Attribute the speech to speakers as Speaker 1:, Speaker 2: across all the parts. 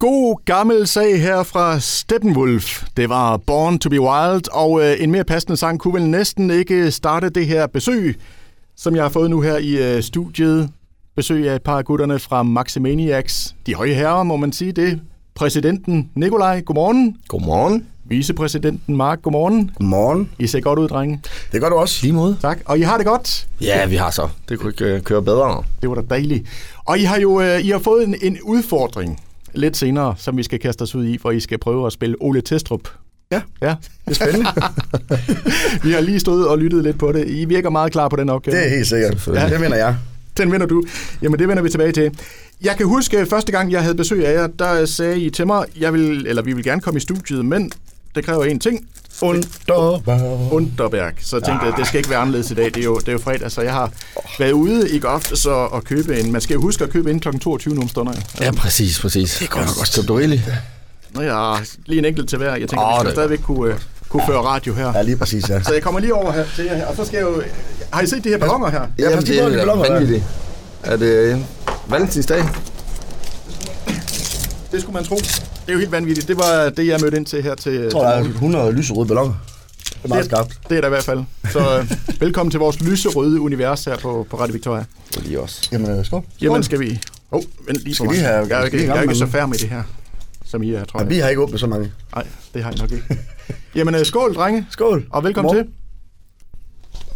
Speaker 1: God gammel sag her fra Steppenwolf. Det var Born to be Wild, og øh, en mere passende sang kunne vel næsten ikke starte det her besøg, som jeg har fået nu her i øh, studiet. Besøg af et par af gutterne fra Maximaniacs. De høje herrer, må man sige det. Præsidenten Nikolaj, godmorgen.
Speaker 2: Godmorgen.
Speaker 1: Vicepræsidenten Mark, godmorgen.
Speaker 2: Godmorgen.
Speaker 1: I ser godt ud, drenge.
Speaker 2: Det gør du også. Lige måde.
Speaker 1: Tak, og I har det godt.
Speaker 2: Ja, vi har så. Det kunne ikke øh, køre bedre.
Speaker 1: Det var da dejligt. Og I har jo øh, I har fået en, en udfordring lidt senere, som vi skal kaste os ud i, for I skal prøve at spille Ole Testrup.
Speaker 2: Ja.
Speaker 1: Ja,
Speaker 2: Det er spændende.
Speaker 1: vi har lige stået og lyttet lidt på det. I virker meget klar på den opgave.
Speaker 2: det er helt sikkert. Ja. Det mener jeg.
Speaker 1: Den vinder du. Jamen, det vender vi tilbage til. Jeg kan huske, at første gang, jeg havde besøg af jer, der sagde I til mig, jeg vil, eller vi vil gerne komme i studiet, men det kræver én ting.
Speaker 2: Underbar.
Speaker 1: Underberg. Så jeg tænkte jeg, det skal ikke være anderledes i dag. Det er jo, det er jo fredag, så jeg har været ude i går aftes og, og købe en. Man skal jo huske at købe ind kl. 22 nogle stunder. jo.
Speaker 2: Ja, præcis, præcis. Det går nok også. Købte du rigeligt?
Speaker 1: Nå ja, lige en enkelt til hver. Jeg tænker, oh, vi
Speaker 2: Åh, det
Speaker 1: skal
Speaker 2: er
Speaker 1: stadigvæk kunne, øh, kunne føre radio her.
Speaker 2: Ja, lige præcis, ja.
Speaker 1: Så jeg kommer lige over her til jer, her, og så skal jeg jo... Har I set de her ballonger her?
Speaker 2: Ja,
Speaker 3: Jamen,
Speaker 2: pas lige
Speaker 3: det
Speaker 2: på, de
Speaker 3: er
Speaker 2: blommer, der.
Speaker 3: vanvittigt. Er det øh, valentinsdag?
Speaker 1: Det skulle man tro. Det er jo helt vanvittigt. Det var det, jeg mødte ind til her til...
Speaker 2: Jeg tror, der er 100 lyserøde ballonger. Det er meget skarpt.
Speaker 1: Det er der i hvert fald. Så øh, velkommen til vores lyserøde univers her på, på Radio Victoria.
Speaker 3: Det er lige også.
Speaker 2: Jamen, øh, skål.
Speaker 1: Jamen skal vi... Åh, oh, vent lige
Speaker 2: Skal vi have-
Speaker 1: Jeg er jo
Speaker 2: skal vi
Speaker 1: ikke, jeg
Speaker 2: i
Speaker 1: er
Speaker 2: gang
Speaker 1: jo ikke
Speaker 2: med
Speaker 1: så
Speaker 2: den?
Speaker 1: færdig med det her, som I er, tror
Speaker 2: Ja, vi
Speaker 1: jeg.
Speaker 2: har ikke åbnet så mange.
Speaker 1: Nej, det har I nok ikke. Jamen øh, skål, drenge.
Speaker 2: Skål.
Speaker 1: Og velkommen
Speaker 2: Godmorgen.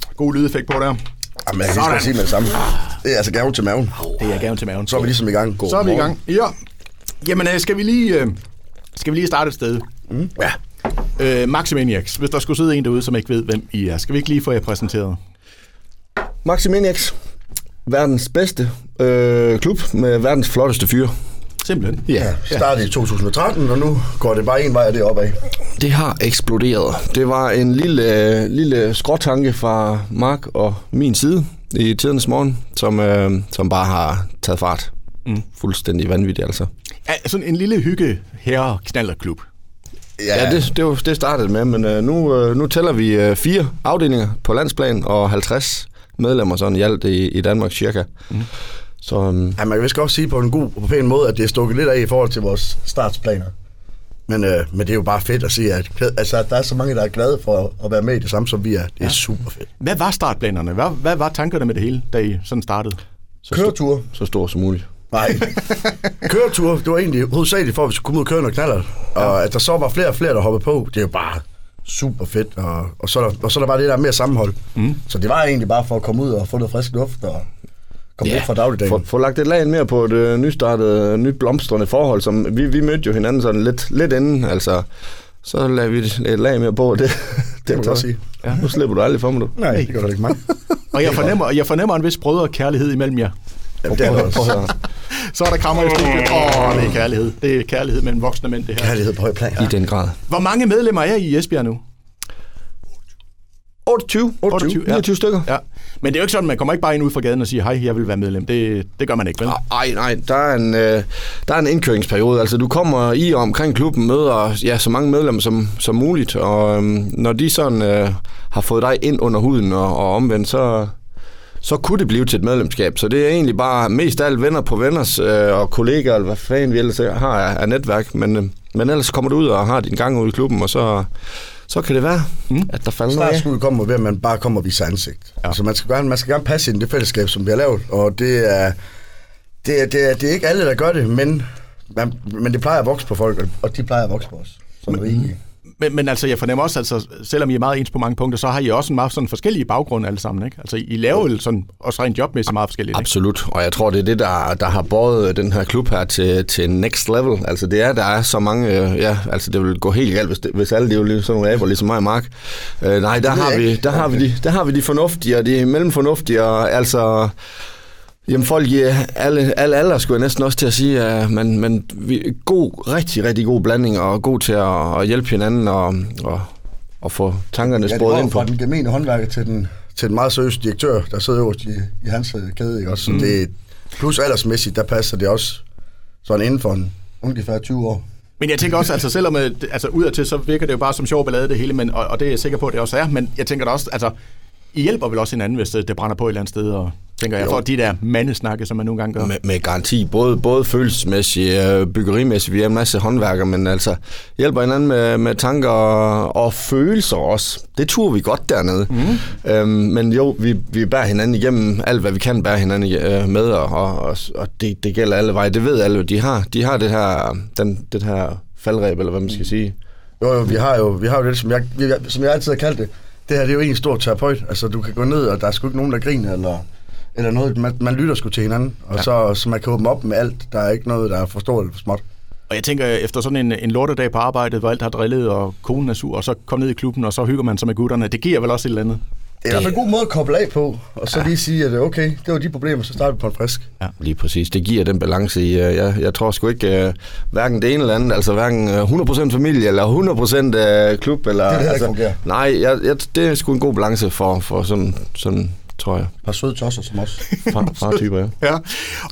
Speaker 1: til. God lydeffekt på der.
Speaker 2: Jamen, jeg kan lige så godt sige med det samme. Det er altså gave til maven.
Speaker 1: Det er gaven til maven.
Speaker 2: Så er vi ligesom i gang. God
Speaker 1: Så er vi i gang. Ja. Jamen, øh, skal vi lige, øh, skal vi lige starte et sted? Mm. Ja. Øh, Maximaniacs, hvis der skulle sidde en derude, som ikke ved, hvem I er, skal vi ikke lige få jer præsenteret?
Speaker 3: Maximiniax. Verdens bedste øh, klub med verdens flotteste fyre.
Speaker 1: Simpelthen.
Speaker 3: Ja.
Speaker 2: Startede i 2013, og nu går det bare en vej, og det er opad.
Speaker 3: Det har eksploderet. Det var en lille, øh, lille skråtanke fra Mark og min side i tidernes morgen, som, øh, som bare har taget fart. Mm. Fuldstændig vanvittigt, altså.
Speaker 1: Ja, sådan en lille hygge herre knallerklub.
Speaker 3: Ja, ja det, det, var, det startede med, men øh, nu, øh, nu tæller vi øh, fire afdelinger på landsplan og 50 medlemmer sådan i alt i, i Danmark cirka. Mm. Så øh,
Speaker 2: Ja, man kan vist godt sige på en god og på pæn måde, at det er stukket lidt af i forhold til vores startsplaner. Men, øh, men det er jo bare fedt at sige, at glæd- altså, der er så mange, der er glade for at være med i det samme, som vi er. Det er ja. super fedt.
Speaker 1: Hvad var startplanerne? Hvad, hvad var tankerne med det hele, da I sådan startede?
Speaker 3: så, sto-
Speaker 2: Køretur?
Speaker 3: så stor som muligt.
Speaker 2: Nej. Køretur, det var egentlig hovedsageligt for, at vi skulle komme ud og køre noget knaller. Og at der så var flere og flere, der hoppede på, det er jo bare super fedt. Og, og, så, er der, og så er der bare det der mere sammenhold. Mm. Så det var egentlig bare for at komme ud og få noget frisk luft og komme
Speaker 3: Ja.
Speaker 2: yeah. lidt fra dagligdagen.
Speaker 3: Få, få lagt et lag mere på et øh, nystartet, øh, nyt blomstrende forhold, som vi, vi mødte jo hinanden sådan lidt, lidt inden, altså. Så lagde vi et et lag mere på, og det, det,
Speaker 2: man godt sige.
Speaker 3: Ja. Nu slipper du aldrig for mig, du.
Speaker 2: Nej, det gør det ikke mig.
Speaker 1: Og jeg fornemmer, jeg fornemmer en vis brødre kærlighed imellem jer.
Speaker 2: Jamen, det er der
Speaker 3: Prøv at
Speaker 2: også.
Speaker 3: høre.
Speaker 1: Så er der krammer i studiet. Åh, det er kærlighed. Det er kærlighed mellem voksne mænd, det her.
Speaker 2: Kærlighed på høj plan.
Speaker 3: I den grad.
Speaker 1: Hvor mange medlemmer er I i Esbjerg nu?
Speaker 3: 28,
Speaker 1: 28,
Speaker 3: 28
Speaker 1: ja.
Speaker 3: 29 stykker.
Speaker 1: Ja. Men det er jo ikke sådan, man kommer ikke bare ind ud fra gaden og siger, hej, jeg vil være medlem. Det, det gør man ikke, vel?
Speaker 3: Ej, nej, der er, en, øh, der er en indkøringsperiode. Altså, du kommer i og omkring klubben, møder ja, så mange medlemmer som, som muligt, og øhm, når de sådan øh, har fået dig ind under huden og, og omvendt, så, så kunne det blive til et medlemskab. Så det er egentlig bare mest af alt venner på venners øh, og kollegaer, eller hvad fanden vi ellers har af, af netværk. Men, øh, men ellers kommer du ud og har din gang ude i klubben, og så, så kan det være, mm. at der falder noget
Speaker 2: Snart
Speaker 3: af.
Speaker 2: skulle vi komme ved, at man bare kommer og viser ansigt. Ja. Altså, man skal, gerne, man skal gerne passe ind i det fællesskab, som vi har lavet, og det er, det er, det er, det er ikke alle, der gør det, men, man, men det plejer at vokse på folk, og- og de plejer at vokse på os. Sådan rigeligt.
Speaker 1: Men, men altså, jeg fornemmer også, altså, selvom I er meget ens på mange punkter, så har I også en meget sådan forskellige baggrunde alle sammen, ikke? Altså, I laver jo sådan, også rent jobmæssigt meget forskelligt, ikke?
Speaker 3: Absolut, og jeg tror, det er det, der, der har båret den her klub her til, til next level. Altså det er, der er så mange, øh, ja, altså det vil gå helt galt, hvis, det, hvis alle det er jo sådan nogle aber, ligesom mig og Mark. Øh, nej, der har, vi, der, har vi de, der har vi de fornuftige, og de mellemfornuftige, og altså... Jamen folk i øh, alle, alle alder, skulle jeg næsten også til at sige, at man, man vi, god, rigtig, rigtig god blanding, og god til at, at hjælpe hinanden, og, og, og få tankerne
Speaker 2: Ja, det
Speaker 3: sporet
Speaker 2: går
Speaker 3: ind på.
Speaker 2: fra den gemene håndværker til den, til den meget seriøse direktør, der sidder øverst i, i hans øh, kæde, ikke også? Så Det, plus aldersmæssigt, der passer det også sådan inden for en ungefær 20 år.
Speaker 1: Men jeg tænker også, altså selvom øh, det- altså, udadtil, så virker det jo bare som sjov ballade det hele, men, og, og det er jeg sikker på, at det også er, men jeg tænker da også, altså, I hjælper vel også hinanden, hvis det, det brænder på et eller andet sted, og tænker jeg,
Speaker 3: Jo.
Speaker 1: for de der mandesnakke, som man nogle gange gør.
Speaker 3: Med, med garanti, både, både følelsesmæssigt, øh, byggerimæssigt, vi er en masse håndværkere, men altså hjælper hinanden med, med tanker og, og følelser også. Det turer vi godt dernede. Mm. Øhm, men jo, vi, vi bærer hinanden igennem alt, hvad vi kan bære hinanden øh, med, og, og, og, og det, det gælder alle veje. Det ved alle, de har, de har det her, den, det her faldreb, eller hvad man skal sige.
Speaker 2: Jo, jo, vi har jo, vi har jo det, som jeg, vi- jeg- som jeg altid har kaldt det. Det her det er jo en stor terapeut. Altså, du kan gå ned, og der er sgu ikke nogen, der griner, eller, eller noget. Man, man lytter sgu til hinanden, og ja. så, så man kan åbne op med alt. Der er ikke noget, der er for stort eller for småt.
Speaker 1: Og jeg tænker, efter sådan en, en lortedag på arbejdet, hvor alt har drillet, og konen er sur, og så kom ned i klubben, og så hygger man sig med gutterne, det giver vel også et eller andet.
Speaker 2: Det er i hvert fald en god måde at koble af på, og så ja. lige sige, at okay, det var de problemer, så starter vi på en frisk.
Speaker 3: Lige præcis. Det giver den balance i. øh, Jeg, jeg tror sgu ikke, øh, hverken det ene eller andet, altså hverken øh, 100% familie eller 100% øh, klub. Eller,
Speaker 2: Det er det, der
Speaker 3: altså,
Speaker 2: ikke fungerer.
Speaker 3: Nej, jeg, jeg, det er sgu en god balance for, for sådan, sådan, tror jeg,
Speaker 2: Par søde tosser som os.
Speaker 3: far, fartyper. Ja.
Speaker 1: Ja,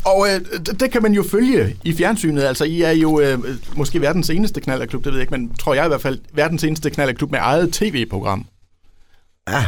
Speaker 1: og øh, det, det kan man jo følge i fjernsynet. Altså, I er jo øh, måske verdens eneste knallerklub, det ved jeg ikke, men tror jeg i hvert fald, verdens eneste knallerklub med eget tv-program.
Speaker 2: Ja,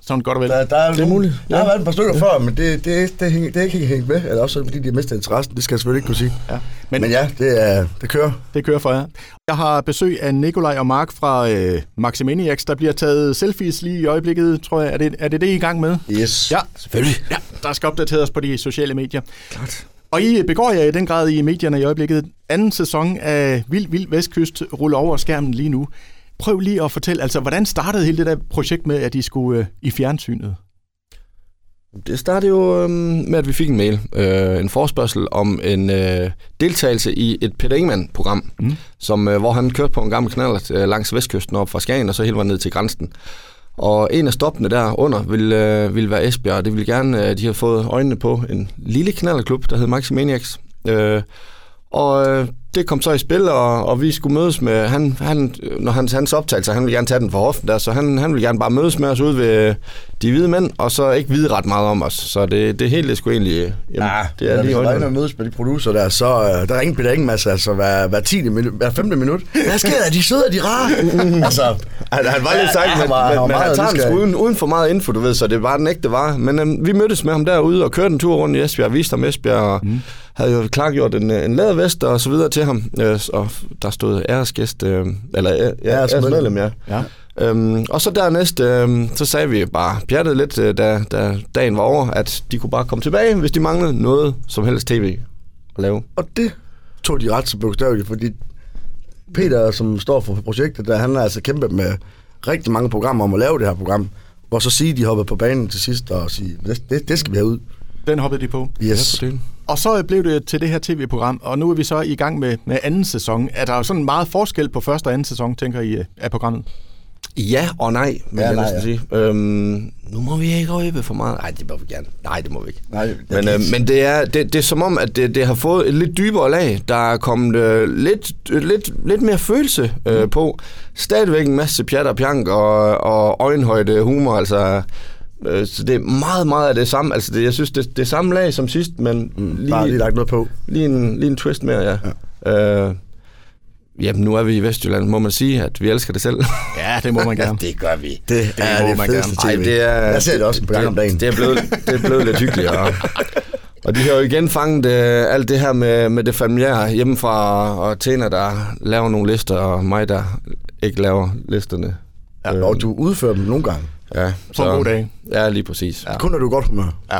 Speaker 1: Sådan godt og vel.
Speaker 2: der, der er,
Speaker 3: Det er muligt,
Speaker 2: Der
Speaker 3: ja.
Speaker 2: har været et par stykker ja. før, men det, det, det, hænger, det er ikke helt hængt med. Eller også er det, fordi, de har mistet interessen. Det skal jeg selvfølgelig ikke kunne sige.
Speaker 1: Ja. Men, men
Speaker 2: Men, men
Speaker 1: ja.
Speaker 2: ja, det, er, det kører.
Speaker 1: det kører for jer. Jeg har besøg af Nikolaj og Mark fra øh, Maximaniacs, der bliver taget selfies lige i øjeblikket, tror jeg. Er det er det, det I er i gang med?
Speaker 2: Yes.
Speaker 1: Ja.
Speaker 3: Selvfølgelig.
Speaker 1: Ja, der skal opdateres på de sociale medier. Klart. Og I begår jer i den grad i medierne i øjeblikket. Anden sæson af Vild Vild Vestkyst ruller over skærmen lige nu. Prøv lige at fortælle, altså hvordan startede hele det der projekt med, at I skulle øh, i fjernsynet?
Speaker 3: Det startede jo øhm, med, at vi fik en mail, øh, en forspørgsel om en øh, deltagelse i et Peter Ingemann-program, mm. som, øh, hvor han kørte på en gammel knallert øh, langs vestkysten op fra Skagen og så hele vejen ned til grænsen. Og en af stoppene derunder ville, øh, ville være Esbjerg, og det ville gerne, øh, de havde fået øjnene på en lille knallerklub, der hed Maximaniacs. Øh, og øh, det kom så i spil, og, og vi skulle mødes med, han, han, øh, når hans, hans optagelser, han ville gerne tage den for hoften der, så han, han ville gerne bare mødes med os ude ved øh, de hvide mænd, og så ikke vide ret meget om os. Så det, det hele, det skulle egentlig, øh, jamen, det er lige
Speaker 2: Ah, Når vi
Speaker 3: øjnene.
Speaker 2: mødes med de producer der, så øh, der er ingen Peter Ingemann, altså hver, hver, 10. minut, hver 15. minut. Hvad sker der? De sidder, de rare. altså,
Speaker 3: Han, han var lidt
Speaker 2: Ja,
Speaker 3: sej,
Speaker 2: han
Speaker 3: men,
Speaker 2: var- han var
Speaker 3: men, men han
Speaker 2: meget
Speaker 3: tager den sgu
Speaker 2: nysgerrig.
Speaker 3: uden, uden for meget info, du ved, så det var den ægte var. Men øhm, vi mødtes med ham derude og kørte en tur rundt i Esbjerg, viste ham Esbjerg, og mm. havde jo klargjort en, øh, en lædervest og så videre til ham. Øh, og f- der stod æresgæst, øh, eller æ, æ,
Speaker 2: Æresmedlem.
Speaker 3: æresmedlem, ja.
Speaker 1: Ja.
Speaker 3: Øhm, og så dernæst, øhm, så sagde vi bare pjattede lidt, øh, da, da dagen var over, at de kunne bare komme tilbage, hvis de manglede noget som helst tv at lave.
Speaker 2: og det tog de ret så bogstaveligt, fordi Peter, som står for projektet, der han har altså kæmpet med rigtig mange programmer om at lave det her program. Hvor så sige, de hoppede på banen til sidst og sige, det, det, det skal vi have ud.
Speaker 1: Den hoppede de på.
Speaker 2: Yes.
Speaker 3: Så det,
Speaker 1: Og så øh, blev det til det her tv-program, og nu er vi så i gang med, med anden sæson. Er der jo sådan meget forskel på første og anden sæson, tænker I, øh, af programmet?
Speaker 3: Ja og nej, vil
Speaker 2: Ja,
Speaker 3: ja, jeg
Speaker 2: nej,
Speaker 3: næsten
Speaker 2: ja.
Speaker 3: sige. Øhm, nu må vi ikke røbe for meget. Nej, det må vi gerne. Nej, det må vi ikke.
Speaker 2: Nej, jeg
Speaker 3: men
Speaker 2: kan
Speaker 3: øh,
Speaker 2: ikke-
Speaker 3: men det, er, det, det er som om, at det, det har fået et lidt dybere lag. Der er kommet øh, lidt, øh, lidt, lidt mere følelse øh, mm. på. Stadigvæk en masse pjat og pjank og, og øjenhøjde humor. Altså, øh, så det er meget, meget af det samme. Altså, det, jeg synes, det, det er samme lag som sidst, men mm,
Speaker 2: Lige... Bare lige lagt noget på.
Speaker 3: Lige en, lige en twist mere, ja. ja. Øh, jamen, nu er vi i Vestjylland. Må man sige, at vi elsker det selv?
Speaker 1: Ja, det må man gerne.
Speaker 3: det gør vi.
Speaker 2: Det, det
Speaker 1: må
Speaker 2: er det
Speaker 1: man
Speaker 2: fedeste
Speaker 3: Ej,
Speaker 2: tv.
Speaker 3: det er,
Speaker 2: jeg ser det også en gang om dagen.
Speaker 3: Det er blevet, det er blevet lidt hyggeligt. Og, og de har jo igen fanget øh, alt det her med, med det familiære hjemmefra, og Tena, der laver nogle lister, og mig, der ikke laver listerne. Øh,
Speaker 2: Ja, og du udfører dem nogle gange.
Speaker 3: Ja,
Speaker 1: På en god dag.
Speaker 3: Ja, lige præcis. Ja.
Speaker 2: Kun når du er i godt humør.
Speaker 1: Ja.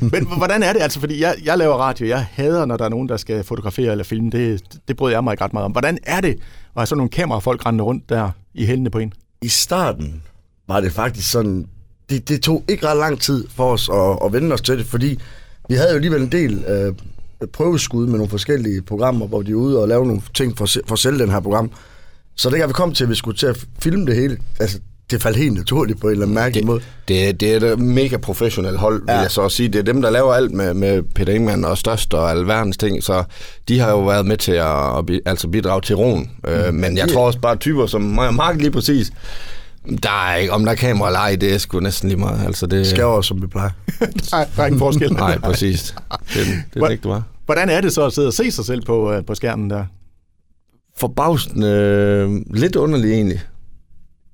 Speaker 1: Men h- hvordan er det altså? Fordi jeg, jeg laver radio, jeg hader, når der er nogen, der skal fotografere eller filme. Det, det bryder jeg mig ikke ret meget om. Hvordan er det at have sådan nogle kamerafolk rendende rundt der i hælene på en?
Speaker 2: i starten var det faktisk sådan, det, det tog ikke ret lang tid for os at, at vende os til det, fordi vi havde jo alligevel en del øh, prøveskud med nogle forskellige programmer, hvor de er ude og lave nogle ting for, at se- for at sælge den her program. Så dengang vi kom til, at vi skulle til at filme det hele, altså det faldt helt naturligt på en eller anden mærkelig måde.
Speaker 3: Det, det er et mega professionelt hold, ja. vil
Speaker 2: Ja.
Speaker 3: jeg så også sige. Det er dem, der laver alt med, med Peter Ingemann og Størst og alverdens ting, så de har jo været med til at, at bi, altså bidrage til roen. Øh, men jeg tror også bare typer som mig og Mark lige præcis, der er ikke, om der er kamera eller ej, det er sgu næsten lige meget. Altså, det,
Speaker 2: Skal over, som vi plejer.
Speaker 1: Nej, der er ingen forskel.
Speaker 3: Nej, præcis. Det, er den- det er
Speaker 1: Hvor-
Speaker 3: det ikke, det var.
Speaker 1: Hvordan er det så at sidde og se sig selv på, øh, på skærmen der?
Speaker 3: Forbavsende øh, lidt underligt egentlig.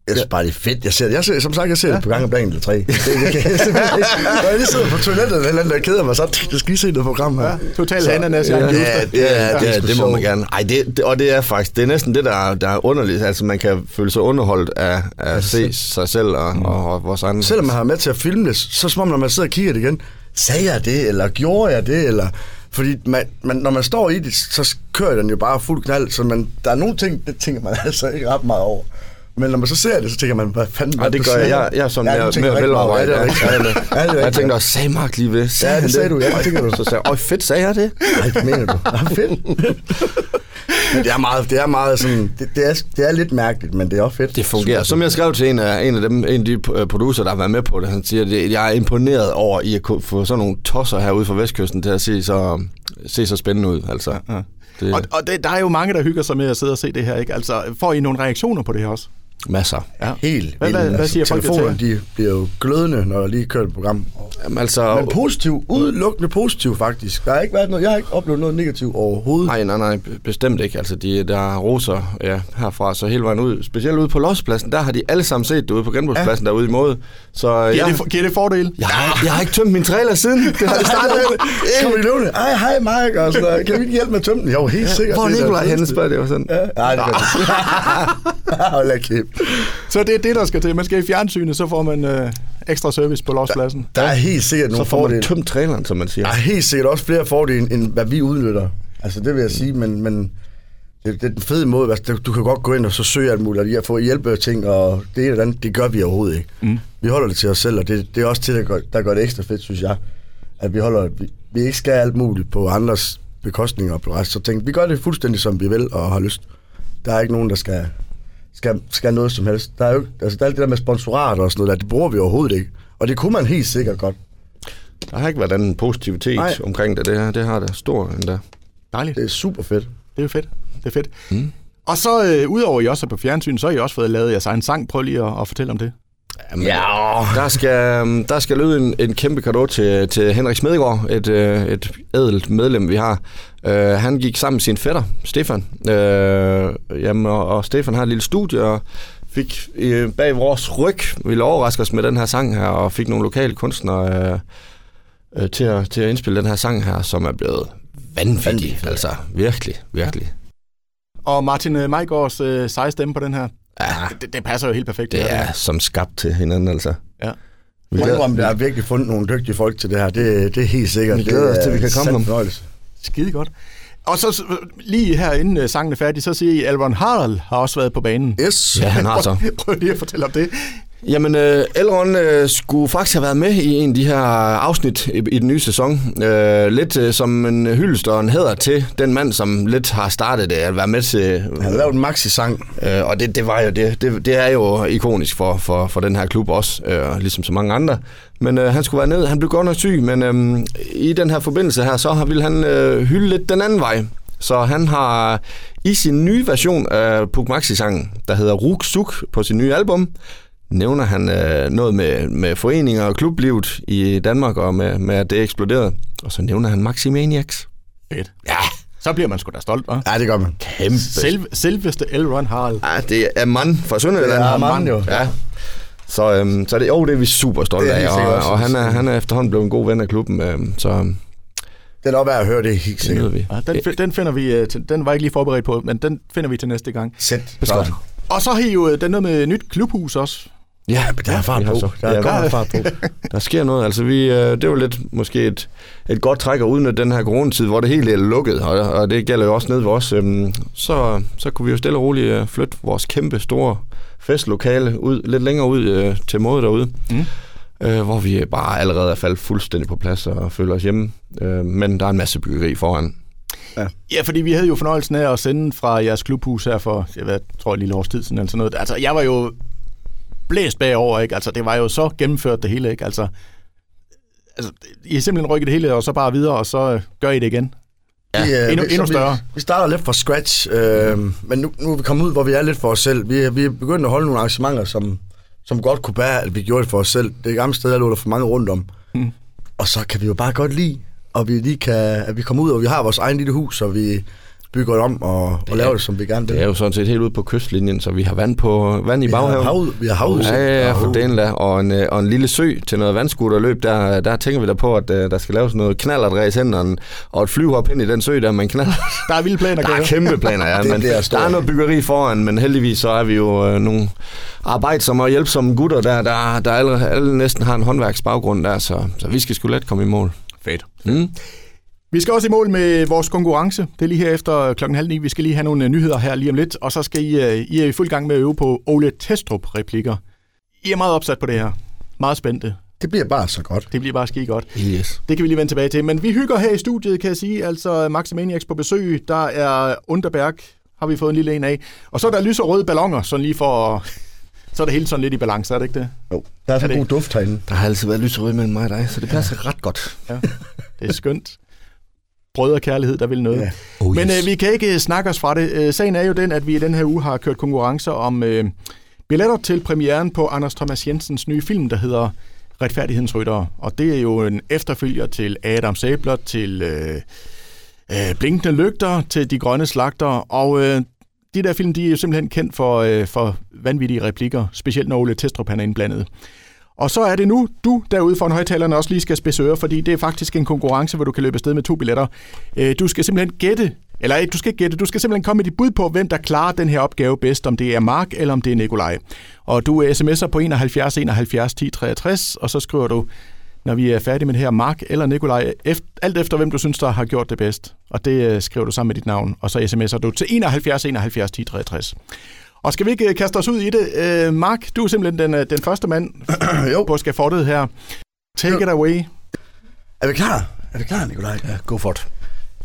Speaker 2: Jeg synes bare, det er fedt. Jeg ser, det. jeg ser, som sagt, jeg ser ja. det på gang om dagen eller tre. Det, det kan jeg simpelthen ikke. Når jeg lige sidder på toilettet, eller andet, der keder mig, så "Tsk, jeg skal lige se det program her.
Speaker 1: Ja, total ananas.
Speaker 3: Ja,
Speaker 1: Ja.
Speaker 3: ja,
Speaker 2: Ja,
Speaker 3: ja,
Speaker 2: det er
Speaker 3: det,
Speaker 2: sgu
Speaker 3: det må man
Speaker 2: sjovt.
Speaker 3: gerne. Ej, det, det, og det er faktisk, det er næsten det, der er, der er underligt. Altså, man kan føle sig underholdt af, af at se sig selv og, og, og vores andre.
Speaker 2: Mm. Selvom man har med til at filme det, så som om, når man sidder og kigger det igen, sagde jeg det, eller gjorde jeg det, eller... Fordi man, man, når man står i det, så kører den jo bare fuld knald, så man, der er nogle ting, det tænker man altså ikke ret meget over. Men når man så ser det, så tænker man, hvad fanden
Speaker 3: Ej, det gør jeg. Jeg, jeg er sådan
Speaker 2: nu
Speaker 3: mere,
Speaker 2: tænker
Speaker 3: mere
Speaker 2: jeg rigtig meget over det.
Speaker 3: velovervejet.
Speaker 2: Ja, det er rigtigt.
Speaker 3: Ja,
Speaker 2: Ja, det er
Speaker 3: ja,
Speaker 2: rigtigt.
Speaker 3: jeg tænkte også, sagde Mark lige ved. Sagde
Speaker 2: Ja,
Speaker 3: han
Speaker 2: det sagde du. Ja, det tænker du.
Speaker 3: Så sagde jeg, "Øj, fedt, sagde jeg det?
Speaker 2: Nej, det mener du. Nå, fedt. Men det er meget, det er meget sådan, det, det, er, det er lidt mærkeligt, men det er også fedt.
Speaker 3: Det fungerer. Som jeg skrev til en af, en af dem, en af de øh, producer, der har været med på det, han siger, at jeg er imponeret over, at I har kunne få sådan nogle tosser herude fra Vestkysten til at se så, se så spændende ud. Altså.
Speaker 1: Ja.
Speaker 3: Det
Speaker 1: Og,
Speaker 3: er
Speaker 1: og det, der er jo mange, der hygger sig med at sidde og se det her, ikke? Altså, får I nogle reaktioner på det her også?
Speaker 3: masser.
Speaker 1: Ja.
Speaker 2: Helt
Speaker 1: Hvad- hvad-
Speaker 2: vildt.
Speaker 1: hvad siger folk, der
Speaker 2: Telefonerne, de bliver jo glødende, når der lige kører et program.
Speaker 3: Jamen, altså,
Speaker 2: Men positiv, udelukkende positiv faktisk. Der har ikke været noget, jeg har ikke oplevet noget negativt overhovedet.
Speaker 3: Nej, nej, nej, bestemt ikke. Altså, de, der er roser ja, herfra, så hele vejen ud. Specielt ude på Lodspladsen, der har de alle sammen set det ude på genbrugspladsen ja. derude i måde. Så øh,
Speaker 1: Giver,
Speaker 3: jeg,
Speaker 1: det, for- giver det fordel?
Speaker 3: jeg, har, jeg har ikke tømt min trailer siden. Det har det startet med.
Speaker 2: Kom vi løbende. Ej, hej Mike. Og sådan, noget. kan vi ikke hjælpe med at tømme den? Jo, helt sikkert.
Speaker 3: Hvor er
Speaker 2: Det da
Speaker 3: Nikolaj henne,
Speaker 2: fedeste.
Speaker 3: spørger det jo sådan.
Speaker 2: Ja. Nej, det gør det. Hold da kæft.
Speaker 1: Så det er det, der skal til. Man skal i fjernsynet, så får man øh, ekstra service på lodspladsen.
Speaker 2: Der er helt sikkert
Speaker 3: Så
Speaker 2: nogle
Speaker 3: får man
Speaker 2: fordele.
Speaker 3: tømt traileren, som man siger.
Speaker 2: Der er helt sikkert også flere fordele, end hvad vi udnytter. Altså, det vil jeg sige, men, men det, det er den fede måde. Altså, du kan godt gå ind og så søge alt muligt, og lige få hjælp af ting, og det ene og det andet, det gør vi overhovedet ikke. Mm. Vi holder det til os selv, og det, det er også det, der gør, der gør det ekstra fedt, synes jeg. At vi holder, vi, vi ikke skal alt muligt på andres bekostninger og på rest. Så tænk, vi gør det fuldstændig, som vi vil og har lyst. Der er ikke nogen, der skal, skal, skal noget som helst. Der er jo, ikke- altså, der er alt det der med sponsorater og sådan noget der, det bruger vi overhovedet ikke. Og det kunne man helt sikkert godt.
Speaker 3: Der har ikke været anden positivitet
Speaker 2: Nej.
Speaker 3: omkring det. Det, her, det har det stor endda.
Speaker 1: Dejligt.
Speaker 2: Det er super fedt.
Speaker 1: Det er jo fedt. Det er fedt. Mm. Og så, øh, udover at I også er på fjernsyn, så har I også fået lavet jeres egen sang. Prøv lige at, at fortælle om det.
Speaker 3: Jamen, ja. der, skal, øhm, der skal lyde en, en kæmpe gave til, til Henrik Smedegaard, et, øh, et ædelt medlem, vi har. Øh, han gik sammen med sin fætter, Stefan. Øh, jamen, og, og Stefan har et lille studie, og fik øh, bag vores ryg, ville overraske os med den her sang her, og fik nogle lokale kunstnere øh, øh, til, at, til at indspille den her sang her, som er blevet vanvittig.
Speaker 2: Vanvittig,
Speaker 3: vanvittig. Altså, virkelig, virkelig.
Speaker 1: Og Martin øh, Majgaards øh, seje stemme på den her,
Speaker 3: Ja,
Speaker 1: det, det passer jo helt perfekt.
Speaker 3: det
Speaker 1: her,
Speaker 3: er som skabt til hinanden, altså.
Speaker 1: Ja.
Speaker 2: Jeg
Speaker 3: Vi glæder,
Speaker 2: indrømmer, der er virkelig fundet nogle dygtige folk til det her. Det, det er helt sikkert.
Speaker 3: Vi glæder
Speaker 2: Det
Speaker 3: os
Speaker 2: er
Speaker 3: til, vi kan komme
Speaker 2: sand
Speaker 3: dem.
Speaker 2: fornøjelse.
Speaker 1: Skide godt. Og så s- lige her, inden øh, sangen er færdig, så siger I, at Alvon Harald har også været på banen.
Speaker 2: Yes.
Speaker 3: ja, han har så.
Speaker 1: Prøv lige at fortælle om det.
Speaker 3: Jamen, øh, Elrond øh, skulle faktisk have været med i en af de her afsnit i, i den nye sæson. Øh, lidt øh, som en hyldest og en hæder til den mand, som lidt har startet det, at være med til...
Speaker 2: Han har lavet en maxi-sang.
Speaker 3: Øh, og det, det var jo det, det. Det er jo ikonisk for, for, for den her klub også, øh, ligesom så mange andre. Men øh, han skulle være ned. Han blev godt nok syg, men øh, i den her forbindelse her, så har- ville han øh, hylde lidt den anden vej. Så han har i sin nye version af Puk Maxi-sangen, der hedder Ruk Suk på sin nye album, nævner han øh, noget med, med foreninger og klublivet i Danmark, og med, med at det eksploderede. Og så nævner han Maximaniacs.
Speaker 1: Fedt.
Speaker 3: Ja,
Speaker 1: Så bliver man sgu da stolt, hva'?
Speaker 2: Ja, det gør man.
Speaker 3: kæmpe.
Speaker 1: Selv, selveste Elrond Harald.
Speaker 3: Ja, Ah, det er mand fra Sønderjylland.
Speaker 2: Det er Armand jo.
Speaker 3: Ja. Så, øhm, så det, jo, det er vi super stolte
Speaker 2: Det er helt
Speaker 3: af,
Speaker 2: sikkert
Speaker 3: og,
Speaker 2: også.
Speaker 3: og han, er, han er efterhånden blevet en god ven af klubben, øhm, så øhm,
Speaker 2: Det er nok værd at høre det helt
Speaker 3: det
Speaker 2: sikkert.
Speaker 3: nød vi.
Speaker 1: Ja, den, fi- den finder vi, øh, til- den var jeg ikke lige forberedt på, men den finder vi til næste gang.
Speaker 2: Sæt.
Speaker 3: Bestemt.
Speaker 2: Så-
Speaker 1: Og så har I jo øh, den noget med nyt klubhus også.
Speaker 3: Ja,
Speaker 2: Der er fart
Speaker 3: vi har
Speaker 2: på.
Speaker 3: så-
Speaker 2: Der er
Speaker 3: ja,
Speaker 2: godt nok fart på.
Speaker 3: der sker noget. Altså, vi, øh, det er jo lidt måske et, et godt træk at udnytte den her coronatid, hvor det hele er lukket, og, og det gælder jo også ned ved os. Øhm, så, så kunne vi jo stille og roligt øh, flytte vores kæmpe store festlokale ud, lidt længere ud øh, til måde derude.
Speaker 1: Mm.
Speaker 3: Øh, hvor vi bare allerede er faldet fuldstændig på plads og føler os hjemme. Øh, men der er en masse byggeri foran.
Speaker 1: Ja, fordi vi havde jo fornøjelsen af at sende fra jeres klubhus her for, jeg ved, tror jeg, lille års tid siden eller sådan noget. Altså, jeg var jo blæst bagover, ikke? Altså, det var jo så gennemført det hele, ikke? Altså, altså I har simpelthen rykket det hele, og så bare videre, og så øh, gør I det igen.
Speaker 2: Ja,
Speaker 1: endnu- endnu større.
Speaker 2: Vi, vi starter lidt fra scratch, øh, men nu, nu er vi kommet ud, hvor vi er lidt for os selv. Vi, er- vi er begyndt at holde nogle arrangementer, som, som godt kunne bære, at vi gjorde det for os selv. Det gamle sted, der lå der for mange rundt om.
Speaker 1: Mm.
Speaker 2: Mm. Og så kan vi jo bare godt lide, og vi lige kan, at vi kommer ud, og vi har vores egen lille hus, og vi bygger det om og, og laver det, som vi gerne vil.
Speaker 3: Det er jo sådan set helt ude på kystlinjen, så vi har vand, på, vand i
Speaker 2: Vi har
Speaker 3: baghaven.
Speaker 2: hav- vi har havudsigt.
Speaker 3: Ja, ja, ja,
Speaker 2: Og
Speaker 3: for
Speaker 2: hav.
Speaker 3: delen da. Og en, øh, og en lille sø til noget vandskuterløb, der, der tænker vi da på, at øh, der skal laves noget knallertræs hen, og en- og et flyhop ind i den sø, der man knaller.
Speaker 1: Der er vilde planer,
Speaker 3: Der
Speaker 1: kan
Speaker 3: er
Speaker 1: jeg
Speaker 3: kæmpe planer, ja.
Speaker 2: Det
Speaker 3: men
Speaker 2: bliver
Speaker 3: der
Speaker 2: stort.
Speaker 3: er noget byggeri foran, men heldigvis så er vi jo øh, nogle arbejdsomme og hjælpsomme gutter, der, der, der alle, alle næsten har en håndværksbaggrund der, så, så vi skal sgu let komme i mål.
Speaker 1: Fedt.
Speaker 3: Mm.
Speaker 1: Vi skal også i mål med vores konkurrence. Det er lige her efter klokken halv ni. Vi skal lige have nogle øh, nyheder her lige om lidt, og så skal I, øh, I er i fuld gang med at øve på Ole Testrup-replikker. I er meget opsat på det her. Meget spændte.
Speaker 2: Det bliver bare så godt.
Speaker 1: Det bliver bare skide godt.
Speaker 3: Yes.
Speaker 1: Det kan vi lige vende tilbage til. Men vi hygger her i studiet, kan jeg sige. Altså Maximaniacs på besøg. Der er Underberg, har vi fået en lille en af. Og så er der lys og røde ballonger, sådan lige for... at- Så er det hele sådan lidt i balance, er det ikke det?
Speaker 2: Jo. Der er så
Speaker 1: Er det
Speaker 2: god duft herinde.
Speaker 3: Der har altid været lys og rød mellem mig og dig, så det passer ja. ret godt.
Speaker 1: Det er skønt. Brød og kærlighed, der vil noget.
Speaker 2: Ja.
Speaker 3: Oh,
Speaker 1: Men øh, vi kan ikke øh, snakke os fra det. Øh, sagen er jo den, at vi i den her uge har kørt konkurrencer om øh, billetter til premieren på Anders Thomas Jensens nye film, der hedder Retfærdighedens Ryttere. Og det er jo en efterfølger til Adam Sæbler, til øh, øh, Blinkende Lygter, til De Grønne Slagter. Og øh, de der film, de er jo simpelthen kendt for, øh, for vanvittige replikker, specielt når Ole Testrup han er indblandet. Og så er det nu, du derude foran højtalerne også lige skal spidse ører, fordi det er faktisk en konkurrence, hvor du kan løbe afsted med to billetter. Øh, Du skal simpelthen gætte, eller ikke, du skal ikke gætte, du skal simpelthen komme med dit bud på, hvem der klarer den her opgave bedst, om det er Mark eller om det er Nikolaj. Og du øh, sms'er på 71 71 10 63, og så skriver du, når vi er færdige med det her, Mark eller Nikolaj, eft- alt efter hvem du synes, der har gjort det bedst. Og det øh, skriver du sammen med dit navn, og så sms'er du til 71 71 10 63. Og skal vi ikke øh, kaste os ud i det? Øh, Mark, du er simpelthen den, øh, den første mand
Speaker 2: jo.
Speaker 1: på skafottet her. Take it away.
Speaker 2: Er vi klar? Er vi klar, Nikolaj? Ja, go for det.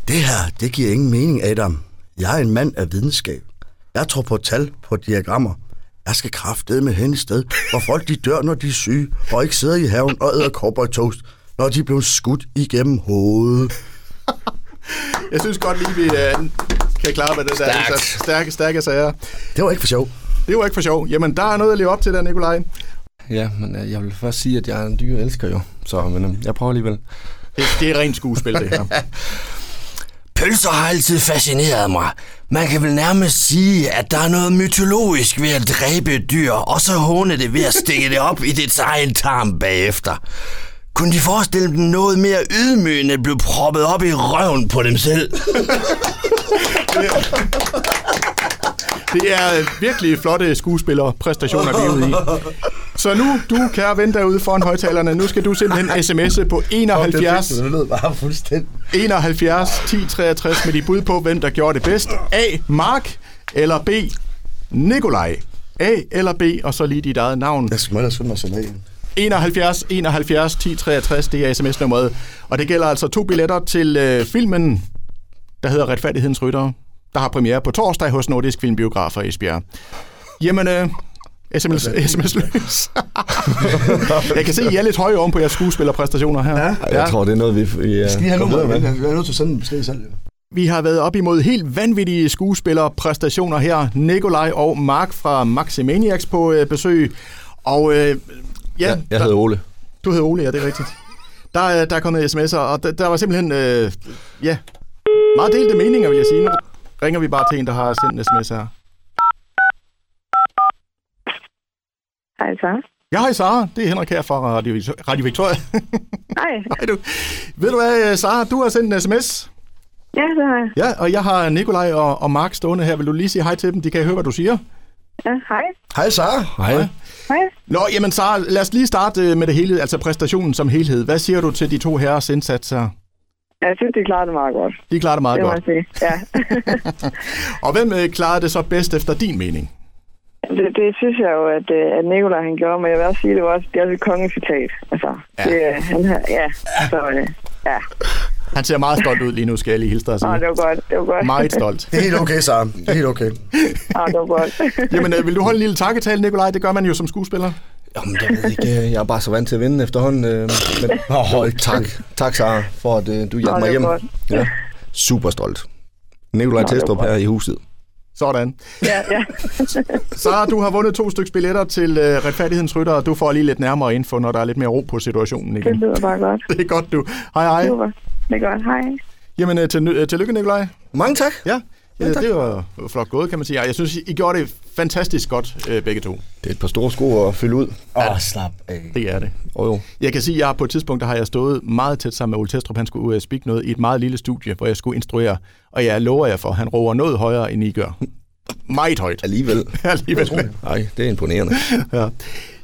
Speaker 2: Det her, det giver ingen mening, Adam. Jeg er en mand af videnskab. Jeg tror på tal, på diagrammer. Jeg skal kraftedeme hen et sted, hvor folk de dør, når de er syge, og ikke sidder i haven og æder cowboy toast, når de er blevet skudt igennem hovedet.
Speaker 1: Jeg synes godt lige, vi øh, kan klare med det der.
Speaker 3: Stærkt.
Speaker 1: indsats. Stærke, stærke sager.
Speaker 2: Det var ikke for sjov.
Speaker 1: Det var ikke for sjov. Jamen, der er noget at leve op til der, Nikolaj.
Speaker 3: Ja, men øh, jeg vil først sige, at jeg er en dyre elsker jo, så men, øh, jeg prøver alligevel.
Speaker 1: Det, det er rent skuespil, det her.
Speaker 4: Pølser har altid fascineret mig. Man kan vel nærmest sige, at der er noget mytologisk ved at dræbe et dyr, og så håne det ved at stikke det op i dets egen tarm bagefter. Kunne de forestille dem noget mere ydmygende at blive proppet op i røven på dem selv?
Speaker 1: Det er øh, virkelig flotte skuespillerpræstationer, vi er ude i. Så nu, du kære ven derude foran højtalerne, nu skal du simpelthen sms'e på 71
Speaker 2: Det lød bare fuldstændig.
Speaker 1: 71 10 63 med de bud på, hvem der gjorde det bedst. A. Mark eller B. Nikolaj. A eller B, og så lige dit eget navn.
Speaker 2: Jeg skal må ellers skynde mig sådan en.
Speaker 1: 71 71 10 63, det er sms-nummeret. Og det gælder altså to billetter til øh, filmen, der hedder Retfærdighedens Rytter, der har premiere på torsdag hos Nordisk Filmbiografer i Esbjerg. Jamen, øh, sms, sms løs. jeg kan se, I er lidt høje oven på jeres skuespillerpræstationer her. Ja.
Speaker 3: Ej, Jeg tror, det er noget, vi... vi øh,
Speaker 2: Skal I have
Speaker 3: går
Speaker 2: nummeret?
Speaker 3: videre med.
Speaker 2: Jeg er nødt til at sende en besked selv. jo.
Speaker 1: Vi har været op imod helt vanvittige skuespillerpræstationer her. Nikolaj og Mark fra Maximaniacs på øh, besøg. Og øh, ja,
Speaker 3: Ja, jeg
Speaker 1: der-
Speaker 3: hedder Ole.
Speaker 1: Du hedder Ole, ja, det er rigtigt. Der, er- der er kommet sms'er, og der, der var simpelthen, øh, ja, meget delte meninger, vil jeg sige. Nu ringer vi bare til en, der har sendt en sms her.
Speaker 5: Hej, Sara.
Speaker 1: Ja, hej Sara. Det er Henrik her fra Radio, Victor- Radio Victoria.
Speaker 5: Hej.
Speaker 1: hej du. Ved du hvad, øh, Sara, du har sendt en sms.
Speaker 5: Ja, det har jeg.
Speaker 1: Ja, og jeg har Nikolaj og, og Mark stående her. Vil du lige sige hej til dem? De kan høre, hvad du siger.
Speaker 5: Ja, hej.
Speaker 2: Hej, Sara.
Speaker 3: Hej.
Speaker 5: Hej.
Speaker 1: Nå, jamen Sara, lad os lige starte øh, med det hele, altså præstationen som helhed. Hvad siger du til de to herres indsats her?
Speaker 5: Ja, Jeg synes, de klarede det meget godt.
Speaker 1: De klarer det meget
Speaker 5: Det må jeg
Speaker 1: godt.
Speaker 5: sige. Ja.
Speaker 1: Og hvem øh, klarede det så bedst efter din mening?
Speaker 5: det, det, synes jeg jo, at, øh, at Nicolaj han gjorde, men jeg vil også sige, det var også, det er også et kongecitat. Altså, ja. Det, øh, han, har- ja. Så, øh, ja.
Speaker 1: Han ser meget stolt ud lige nu, skal jeg lige hilse dig og sige.
Speaker 5: Nå, det var godt. Det var godt.
Speaker 1: Meget stolt.
Speaker 2: Det er helt okay, Sara. Det er helt okay.
Speaker 5: Nå, det var godt.
Speaker 1: Jamen, øh, vil du holde en lille takketale, Nikolaj? Det gør man jo som skuespiller.
Speaker 3: Jamen, jeg ved ikke, øh, jeg er bare så vant til at vinde efterhånden. Øh, men, oh, tak, tak Sara, for at øh, du hjalp
Speaker 5: Nå,
Speaker 3: mig
Speaker 5: det
Speaker 3: hjem.
Speaker 5: var godt.
Speaker 3: Ja. Super stolt. Nikolaj
Speaker 5: Nå, det var
Speaker 3: Testrup
Speaker 5: godt.
Speaker 3: her i huset.
Speaker 1: Sådan.
Speaker 5: ja, ja.
Speaker 1: Så du har vundet to stykker billetter til øh, Retfærdighedens Rytter, og du får lige lidt nærmere info, når der er lidt mere ro på situationen
Speaker 5: Det
Speaker 1: igen.
Speaker 5: lyder bare godt.
Speaker 1: Det er godt, du. Hej, hej.
Speaker 5: Super. Det er godt. Hej.
Speaker 1: Jamen, øh, til, øh, tillykke, Nikolaj.
Speaker 3: Mange tak.
Speaker 1: Ja. Ja, det var flot gået, kan man sige. Og Jeg synes, I gjorde det fantastisk godt, øh, begge to.
Speaker 3: Det er et par store sko at fylde ud.
Speaker 2: Åh, oh, slap af.
Speaker 1: Det er det.
Speaker 3: Og jo,
Speaker 1: Jeg kan sige, at jeg har på et tidspunkt, der har jeg stået meget tæt sammen med Ole Testrup. Han skulle ud og speak noget i et meget lille studie, hvor jeg skulle instruere. Og jeg lover jer for, at han roer noget højere, end I gør. Meget højt.
Speaker 3: alligevel.
Speaker 1: Alligevel.
Speaker 3: Nej, det er imponerende.
Speaker 1: Ja.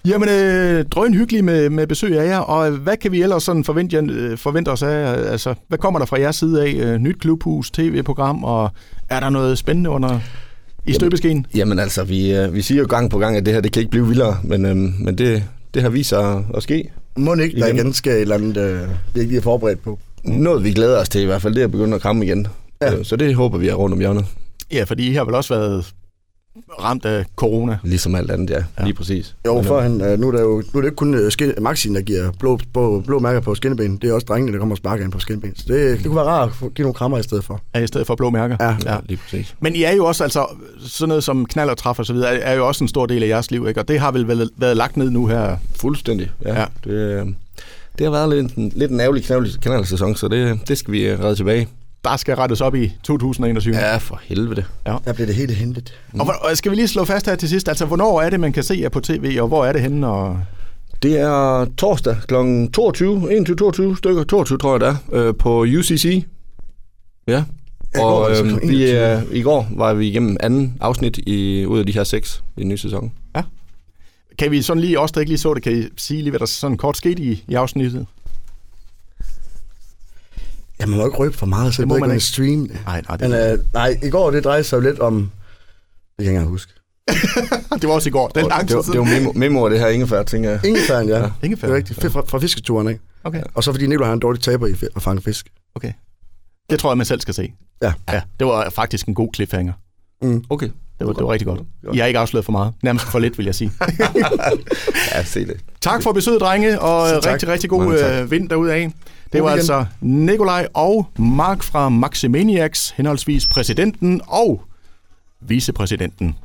Speaker 1: Jamen, øh, drøn hyggelig med, med besøg af jer, og hvad kan vi ellers sådan forvente, jer- øh, forvente os af? Altså, hvad kommer der fra jeres side af? Øh, Nyt klubhus, tv-program, og er der noget spændende under i støbeskeen?
Speaker 3: Jamen altså, vi, øh, vi siger jo gang på gang, at det her det kan ikke blive vildere, men, øhm, men det, det har vist sig at- at ske.
Speaker 2: Må ikke, der
Speaker 3: Igen.
Speaker 2: igen skal et eller andet, øh, vi ikke lige er forberedt på.
Speaker 3: Noget, vi glæder os til i hvert fald, det er at begynde at kramme igen.
Speaker 2: Ja.
Speaker 3: Øh, Så det håber vi er rundt om hjørnet.
Speaker 1: Ja, fordi I har vel også været ramt af corona.
Speaker 3: Ligesom alt andet, ja.
Speaker 1: Ja.
Speaker 3: ja. Lige præcis.
Speaker 2: Jo,
Speaker 3: Men,
Speaker 2: for han, øh, nu, er der jo, nu er det ikke kun øh, skin, Maxine, der giver blå, blå, blå mærker på skinnebenen. Det er også drengene, der kommer og sparker ind på skinnebenen. Så det, det kunne være rart at få- give nogle krammer i stedet for.
Speaker 1: Ja, i stedet for blå mærker.
Speaker 2: Ja.
Speaker 3: Ja, lige præcis.
Speaker 1: Men I er jo også, altså, sådan noget som knald og træf og så videre, er er jo også en stor del af jeres liv, ikke? Og det har vel været, været lagt ned nu her.
Speaker 3: Fuldstændig, ja.
Speaker 1: Ja.
Speaker 3: ja. Det, øh, det har været lidt en, lidt en ærgerlig, knævlig kanalsæson, så det, det skal vi øh, redde tilbage.
Speaker 1: Der skal rettes op i 2021.
Speaker 3: Ja, for helvede.
Speaker 2: Der blev det hele hentet.
Speaker 1: Og, hvor- og skal vi lige slå fast her til sidst, altså hvornår er det, man kan se jer på tv, og hvor er det henne? Og...
Speaker 3: Det er torsdag kl. 22, 21-22 stykker, 22 tror jeg det er, øh, på UCC. Ja,
Speaker 2: Jeg går
Speaker 3: og
Speaker 2: altså kl.
Speaker 3: øh, vi,
Speaker 2: 21.
Speaker 3: øh, i går var vi igennem anden afsnit i, ud af de her seks i den nye sæson.
Speaker 1: Kan vi sådan lige, også der ikke lige så det, kan I sige lige, hvad der sådan kort skete i, i afsnittet?
Speaker 2: Ja, man må ikke røbe for meget, så det må man ikke streame det.
Speaker 1: Nej, nej, det,
Speaker 2: Men, øh, nej, i går det drejede sig jo lidt om... Det kan jeg ikke engang huske.
Speaker 1: det var også i går. Det er lang
Speaker 3: det,
Speaker 1: tid
Speaker 3: var- det
Speaker 1: siden.
Speaker 3: var memo, memoer, det her ingefær, tænker jeg.
Speaker 2: Ingefæren, ja. ja.
Speaker 1: Ingefær.
Speaker 2: Det er rigtigt. Fra, fra fisketuren, ikke?
Speaker 1: Okay,
Speaker 2: Og så fordi Nicolaj har en dårlig taber i fi- at fange fisk.
Speaker 1: okay. Det tror jeg, man selv skal se.
Speaker 2: Ja.
Speaker 1: ja det var faktisk en god cliffhanger.
Speaker 3: Okay.
Speaker 1: Det var, det var rigtig godt. I har ikke afsløret for meget. Nærmest for lidt, vil jeg sige.
Speaker 3: Ja, se det.
Speaker 1: Tak for besøget, drenge, og tak. rigtig, rigtig god
Speaker 3: Mange tak.
Speaker 1: øh, vind derudaf. Det var
Speaker 2: weekend.
Speaker 1: altså Nikolaj og Mark fra Maximaniacs, henholdsvis præsidenten og vicepræsidenten.